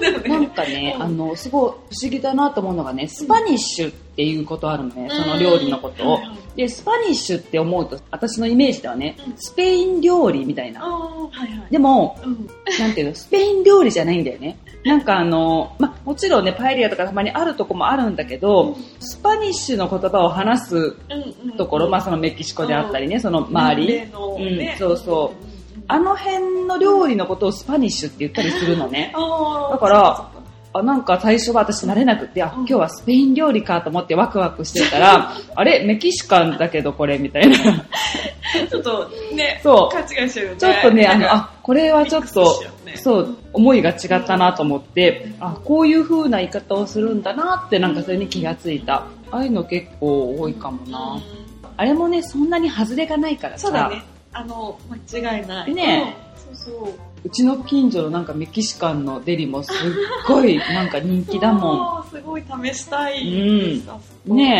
S2: だよ
S1: なん
S2: ね。
S1: かね、
S2: うん
S1: あの、すごい不思議だなと思うのがね、スパニッシュっていうことあるのね、その料理のことを
S2: うん。
S1: で、スパニッシュって思うと、私のイメージではね
S2: う、ん
S1: スペイン料理みたいな。
S2: あーはいはい。
S1: でも、
S2: うん
S1: なんていうの、スペイン料理じゃないんだよね。なんかあの、ま、もちろんね、パエリアとかたまにあるとこもあるんだけど、スパニッシュの言葉を話す
S2: うんうん
S1: ところ、まあ、そのメキシコであったりね、その周り、
S2: 南米のね
S1: うんそうそ
S2: うんうん
S1: あの辺の料理のことをスパニッシュって言ったりするのね。
S2: あー
S1: だから
S2: そっそっ
S1: あなんか最初は私慣れなくて、あ、
S2: うん
S1: 今日はスペイン料理かと思ってワクワクしてたら、あれメキシカンだけどこれみたいな。
S2: かちょっとね、
S1: そう
S2: 勘違いしちゃうよね。
S1: ちょっとね、あ
S2: なん
S1: の、
S2: か
S1: あ、これはちょっと
S2: ミックスしちゃう、ね
S1: そう、思いが違ったなと思って、あ、こういう風な言い方をするんだなってなんかそれに気がついた。ああいうの結構多いかもな。
S2: うん
S1: あれもね、そんなに外れがないからさ、
S2: そうだね。あの、間違いない。
S1: ね
S2: うんそうそう。
S1: うちの近所のなんかメキシカンのデリもすっごいなんか人気だもん。
S2: ん。すごい試したい。
S1: うん
S2: うん。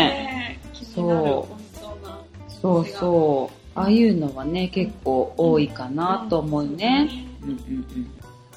S1: そ
S2: ねえ。気になる美味しそうな。
S1: そうそう。ああいうのはね、結構多いかなと思うね。うんうんうん。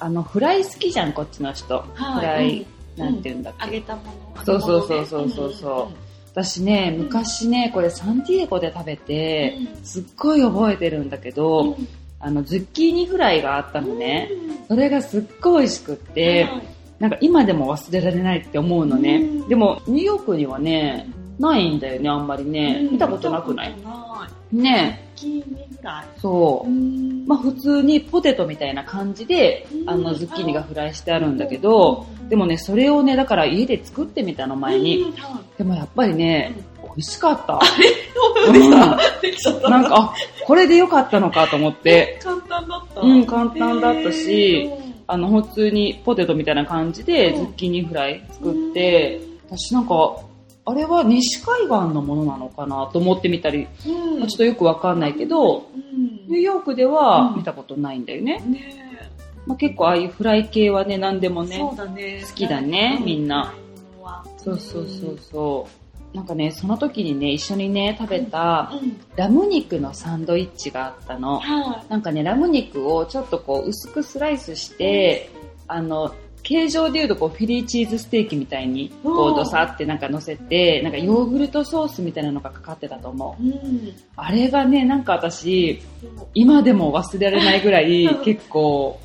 S1: あの、フライ好きじゃん、こっちの人。
S2: はい。
S1: フライ、
S2: うん
S1: なんて言うんだっけ。
S2: 揚げたもの。
S1: そうそうそうそうそうそ私ね、
S2: うん
S1: 昔ね、これサンディエゴで食べ
S2: うん
S1: て、すっごい覚えてるんだけ
S2: うん
S1: ど、あの、ズッキーニフライがあったのね。
S2: うん
S1: それがすっごい美味しくって、
S2: はい
S1: なんか今でも忘れられないって思うのね
S2: う。ん
S1: でも、ニューヨークにはね、ないんだよね、あんまりね。見たことなくな
S2: 見
S1: い
S2: たことない
S1: ね
S2: ズッキーニフラ
S1: そう
S2: イ。。ん
S1: まあ普通にポテトみたいな感じで、
S2: うん
S1: あのズッキーニがフライしてあるんだけど、、でもね、それをね、だから家で作ってみたの前に。
S2: うん。はい
S1: でもやっぱりね、美味しかった。
S2: そうでした。できちゃった。
S1: なんか、あ、これでよかったのかと思って、
S2: 簡単だった。
S1: うん簡単だったし
S2: えー
S1: あの、普通にポテトみたいな感じで
S2: うん
S1: ズッキーニフライ作って、私なんか、あれは西海岸のものなのかなと思ってみたり、
S2: うん、
S1: まあちょっとよくわかんないけど、
S2: うん
S1: ニューヨークでは
S2: うん
S1: 見たことないんだよね。
S2: ねえ
S1: まあ、結構ああいうフライ系はね、何でもね、
S2: そうだね。
S1: 好きだねみんな。そうそうそ
S2: ん
S1: う。そう。なんかね、その時にね、一緒にね、食べた
S2: うん。
S1: ラム肉のサンドイッチがあったの。
S2: は
S1: なんかね、ラム肉をちょっとこう薄くスライスして、あの、形状でいうとこうフィリーチーズステーキみたいに、こ
S2: うん
S1: うドサってなんか乗せて、なんかヨーグルトソースみたいなのがかかってたと思う。
S2: い。うん。
S1: あれがね、なんか私、今でも忘れられないぐらい結構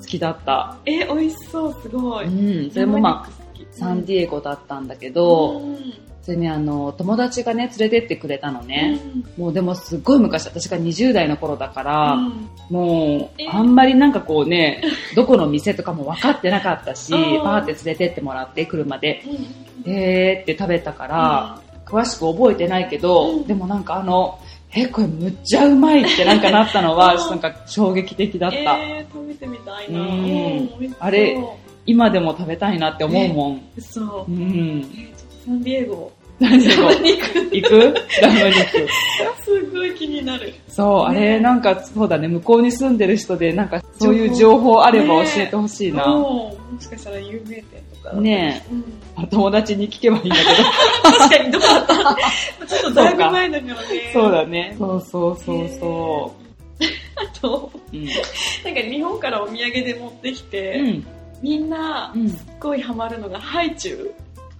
S1: 好きだった。
S2: え、美味しそう、すご
S1: う
S2: い。
S1: ん、それもまあ、
S2: あ、
S1: サンディエゴだったんだけど、
S2: うん
S1: それね、あの、友達がね、連れてってくれたのね。
S2: うん
S1: もうでもすごい昔、私が20代の頃だから、
S2: うん
S1: もう
S2: え、
S1: あんまりなんかこうね、どこの店とかも分かってなかったし、
S2: うん
S1: バーって連れてってもらって、車で、
S2: うん
S1: えーって食べたから、詳しく覚えてないけど、
S2: うん
S1: でもなんかあの、え、これむっちゃうまいってなんかなったの
S2: う
S1: は、
S2: ん
S1: ちょっとなんか衝撃的だった。
S2: えー、食べてみたいな。
S1: うん
S2: 美味しそう
S1: あれ今でも食べたいなって思うもん。
S2: そうう。
S1: ん
S2: え。ーちょっとサンディエゴ。
S1: 何でも
S2: ラム肉
S1: 行くラム肉。
S2: すごい気になる。
S1: そう、あれ、
S2: ね
S1: なんか、そうだね、向こうに住んでる人で、なんか、そういう情
S2: 情
S1: 報あれば
S2: ね
S1: 教えてほしいな。
S2: もうもしかしたら有名店とかだと。
S1: ね
S2: うん
S1: え、友達に聞けばいいんだけ
S2: 確かにどう だったちょっとだいぶ前だからね。
S1: ど。そうだね。そうそうそうそ
S2: あ と、
S1: う。うん。
S2: なんか日本からお土産で持ってきて、
S1: うん。
S2: みんな
S1: う、ん。
S2: すっごいハマるのが、ハイチュウ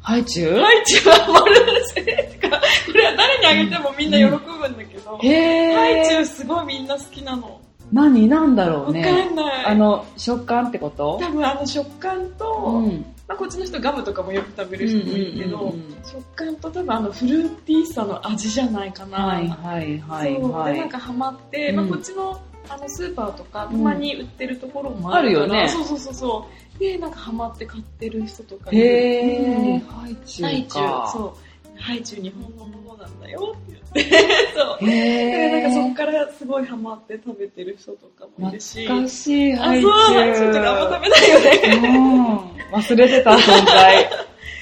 S1: ハイチュウ
S2: ハイチュウハマるんですね。てか、これは誰にあげてもみんな喜ぶんだけど、
S1: へえ。
S2: ハイチュウすごいみんな好きなの。
S1: 何なんだろ
S2: わ
S1: う
S2: か
S1: ね。
S2: んない。
S1: あの、食感ってこと
S2: 多分あの食感と、
S1: うん。
S2: まあ、こっちの人ガムとかもよく食べる人もいるけど、
S1: うんうんうんうん
S2: 食感と多分あのフルーティーさの味じゃないかな。
S1: はいはいはい
S2: そうでなん
S1: は
S2: かハマって、
S1: うん
S2: まあ、こっちのあのスーパーとかたまに売ってるところも
S1: あるよね
S2: そうそうそうそうでなんかハマって買ってる人とか
S1: い。
S2: いる
S1: へ
S2: う
S1: え。
S2: ん
S1: ハイチ
S2: ハ
S1: ュ
S2: イ
S1: ウ
S2: チュウ
S1: か。
S2: そうハイチュウ日本のものなんだよ って言ってそう
S1: へ
S2: でなんかそ
S1: え
S2: こ。からすごいハマって食べてる人とかもいるし
S1: 懐かしい、
S2: あ
S1: ハイチ
S2: そ
S1: ュ
S2: う
S1: ウ。
S2: ハイチュウとかあんま食べないよね
S1: うん忘れてた存在。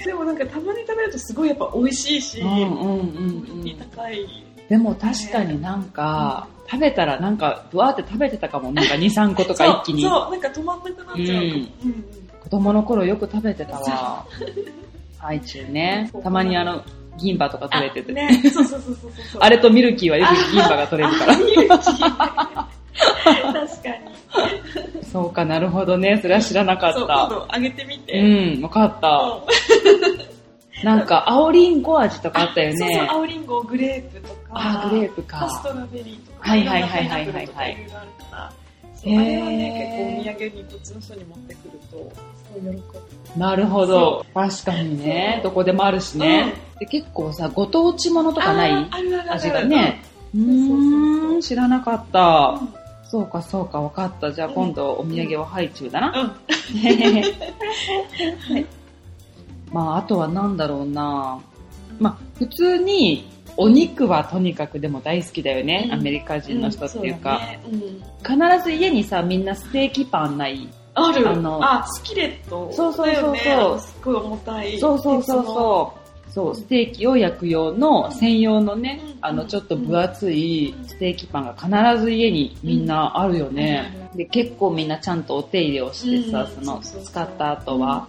S2: でもなんかたまに食べるとすごいやっぱ美味しい し、
S1: うんうん
S2: ク
S1: う
S2: オ
S1: んう
S2: リテ
S1: ん
S2: ィ。高い
S1: でも確かになんか、食べたらなんか、ぶわーって食べてたかも。なんか2、3個とか一気に
S2: そう。そうなんか止まんなくなっちゃうかも、うんうん
S1: 子供の頃よく食べてたわ。ハイチュウね
S2: そう。
S1: たまにあの、銀歯とか取れてて。
S2: ね、 そうそうそうそうそう。
S1: あれとミルキーはよく銀歯が取れるから。
S2: あ。見る気 確かに。
S1: そうか、なるほどね。それは知らなか
S2: そう、
S1: った。
S2: 今度あげてみて。
S1: うん、わかった。
S2: そ
S1: なんか、青りんご味とかあったよ
S2: うそうそう、
S1: ね。
S2: 青リンゴ、グレープとか、
S1: あ、グレープ
S2: パス
S1: か。
S2: トラベリーとか、
S1: はいはいはいはいはい
S2: ろんなパイナップルとかいろいろあるから、そ
S1: へ
S2: う
S1: ー
S2: あれはね、結構お土産にこっちの人に持ってくると、すごい喜ぶ。
S1: なるほど。確かにね。どこでもあるしね。で結構さ、ご当地ものとかな
S2: あ
S1: い
S2: ーあるあるある
S1: 味がね。。うーん、知らなかっ
S2: う
S1: た。
S2: ん。
S1: そうか、そうか、わかった。じゃあ
S2: うん
S1: 今度お土産はハイチュウだな。
S2: うん
S1: はいまあ、あとはなんだろうな。まあ、普通に、お肉はとにかくでも大好きだよね。
S2: うん
S1: アメリカ人の人っていうか。
S2: そだねうん
S1: 必ず家にさ、みんなステーキパンない。
S2: ある
S1: あの
S2: あ、スキレット。
S1: そうそうそうそう
S2: だよねすっごい重たい。
S1: そうそうそうそう。そう、ステーキを焼く用の専用のね
S2: うん、
S1: あの、ちょっと分厚いステーキパンが必ず家にみんなあるよね。で、結構みんなちゃんとお手入れをしてさ、
S2: う
S1: そ
S2: ん
S1: の、
S2: そうそうそう
S1: 使った後は。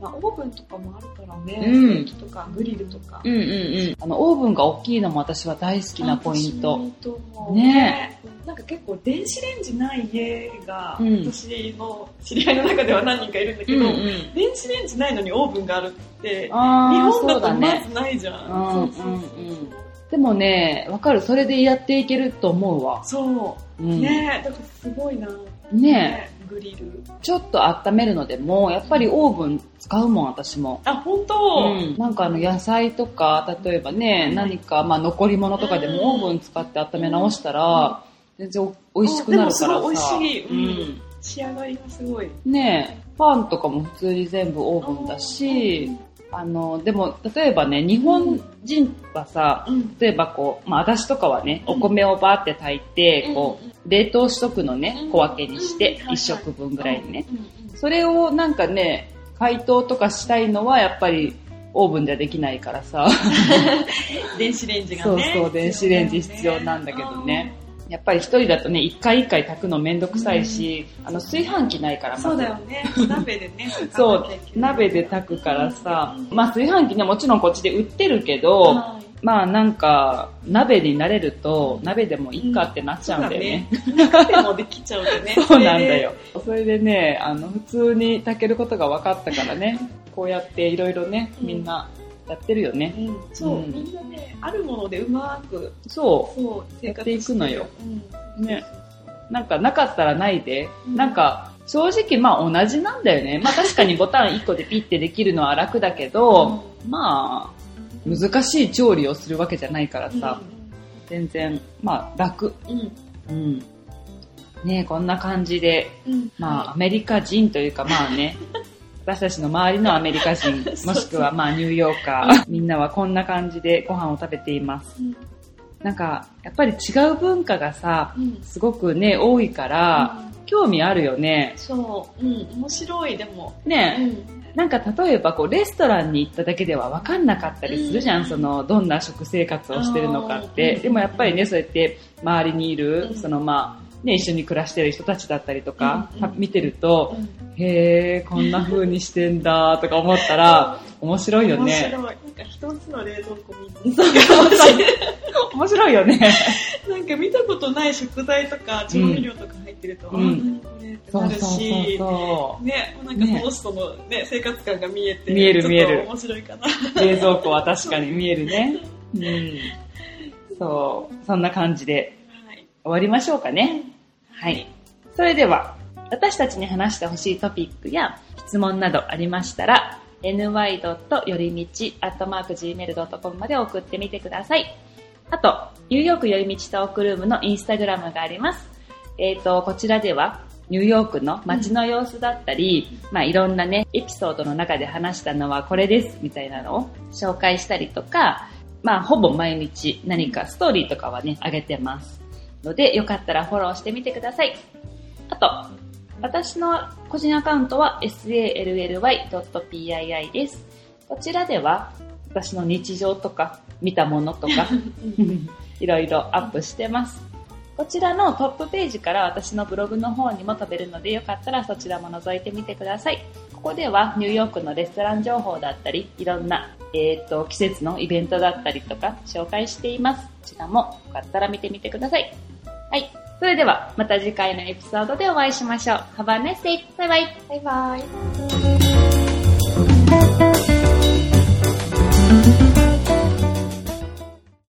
S2: まあ、オーブンとかもあるからね、
S1: うん
S2: ステーキとかグリルとか。
S1: うんうんうん。あの、オーブンが大きいのも私は大好きなポイン
S2: 私もい
S1: ト。
S2: いと思う
S1: ね
S2: なんか結構電子レンジない家が、
S1: うん
S2: 私の知り合いの中では何人かいるんだけど、
S1: ん。
S2: 電子レンジないのにオーブンがあるって、日
S1: ああ、
S2: 本
S1: そ
S2: だ
S1: うだ
S2: とま
S1: ね。
S2: ずないじゃん。
S1: うん
S2: そうそうそう
S1: うんうんでもね、わかる。それでやっていけると思うわ。
S2: そう
S1: う
S2: そう。
S1: ん。
S2: ねだからすごいな。
S1: ね
S2: グリル。
S1: ちょっと温めるのでも、やっぱりオーブン使うもん、私も。
S2: あ、本当、
S1: うん、なんかあの野菜とか例えばね何かまあ残り物とかでもオーブン使って温め直したら全然お美味しくなるから
S2: でもす
S1: さ
S2: ごい美味しい
S1: うん
S2: 仕上がりがすごい。
S1: ねえパンとかも普通に全部オーブンだしあのでも例えばね日本人はさ
S2: うん、うん。
S1: 例えばこう、まあ、私とかはね
S2: うん
S1: お米をバーって炊いてこ
S2: うん
S1: う冷凍しとくのね
S2: うん
S1: 小分けにして
S2: うん
S1: 1食分ぐらいにね
S2: うんうん
S1: それをなんかね、解凍とかしたいのはやっぱりオーブンじゃできないからさ、
S2: 電子レンジが
S1: そう
S2: ね。
S1: そう電子レンジ必要なんだけどね。やっぱり一人だとね、一回一回炊くのめんどくさいし、あの炊飯器ないか
S2: あ
S1: らまず
S2: ーそうだよね。鍋でね。
S1: そう鍋で炊くからさ、まあ炊飯器ね、もちろんこっちで売ってるけ
S2: あ
S1: ど、まあなんか、鍋になれると、鍋でもいいかってなっちゃうんだよね。。。
S2: 鍋でもできちゃうよね
S1: そうなんだよ。それでね、あの、普通に炊けることが分かったからね、こうやっていろいろね、みんなやってるよね
S2: そ。れで。うんそう、
S1: うん
S2: みんなね、あるものでうまく、
S1: そ
S2: そう、
S1: や
S2: 生活してる
S1: っていくのよ。
S2: うん
S1: ね。う。なんかなかったらないで、
S2: うん
S1: なんか正直まあ同じなんだよね。まあ確かにボタン1個でピッてできるのは楽だけど、まあ難しい調理をするわけじゃないからさ、全然まあ楽。
S2: うんうん
S1: うん。ねえこんな感じで、
S2: うん
S1: まあアメリカ人というかまあ ね、私たちの周りのアメリカ 人、もしくはまあニューヨーカー、みんなはこんな感じでご飯を食べています。
S2: うん
S1: なんかやっぱり違う文化がさ、
S2: うん
S1: すごくね、多いから、興味あるよね。
S2: そう、うん、面白いでも、う
S1: ねえ、
S2: ん、
S1: なんか例えばこうレストランに行っただけでは分かんなかったりするじゃん、
S2: うん
S1: そのどんな食生活をしてるのかって、
S2: うん
S1: でもやっぱりねそうやって周りにいる、
S2: うん
S1: そのまあね、一緒に暮らしてる人たちだったりとか、
S2: うんうん
S1: 見てると、
S2: うん
S1: へえこんな風にしてんだとか思ったら面白いよ
S2: 面
S1: ね
S2: 白いなんか一つの冷蔵庫みたいな
S1: 面白いよね
S2: なんか見たことない食材とか調味料とか入ってると、
S1: う
S2: うんん、これって
S1: そ
S2: な
S1: う
S2: る
S1: そうそう
S2: し、
S1: そ
S2: ね、なん
S1: ね
S2: かその人の、ね、生活感が見えて、
S1: 見える見える
S2: ちょっと面白いかな。
S1: う冷蔵庫は確かに見えるね、うん、 そうそんな感じで
S2: はい
S1: 終わりましょうかね。はい。それでは、私たちに話してほしいトピックや質問などありましたら、ny. よりみち .gmail.com まで送ってみてください。あと、ニューヨークよりみちトークルームのインスタグラムがあります。えっ、と、こちらでは、ニューヨークの街の様子だったり、まあいろんなね、エピソードの中で話したのはこれです、みたいなのを紹介したりとか、まあほぼ毎日何かストーリーとかはね、上げてます。ので、よかったらフォローしてみてください。あと、私の個人アカウントは sally.pii です。こちらでは、私の日常とか、見たものとか、 いろいろアップしてます。こちらのトップページから私のブログの方にも飛べるので、よかったらそちらも覗いてみてください。ここではニューヨークのレストラン情報だったり、いろんな、えー、と季節のイベントだったりとか紹介しています。こちらもよかったら見てみてください。はい。それではまた次回のエピソードでお会いしましょう。Have a nice day! バイバイ
S2: バイバイ。